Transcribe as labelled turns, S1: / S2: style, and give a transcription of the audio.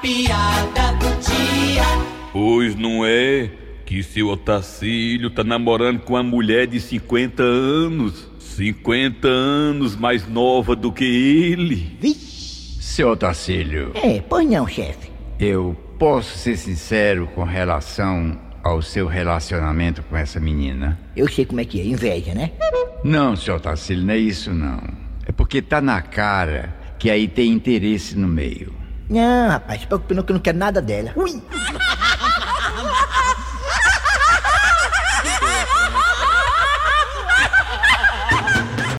S1: piada do dia.
S2: Pois não é que seu Otacílio tá namorando com uma mulher de 50 anos. 50 anos mais nova do que ele.
S3: Vixe.
S4: Seu Otacílio,
S3: É, pois não, chefe.
S4: eu posso ser sincero com relação ao seu relacionamento com essa menina?
S3: Eu sei como é que é, inveja, né?
S4: Não, seu Otacílio, não é isso não. É porque tá na cara que aí tem interesse no meio.
S3: Não, rapaz, se preocupa não que eu não quero nada dela. Ui!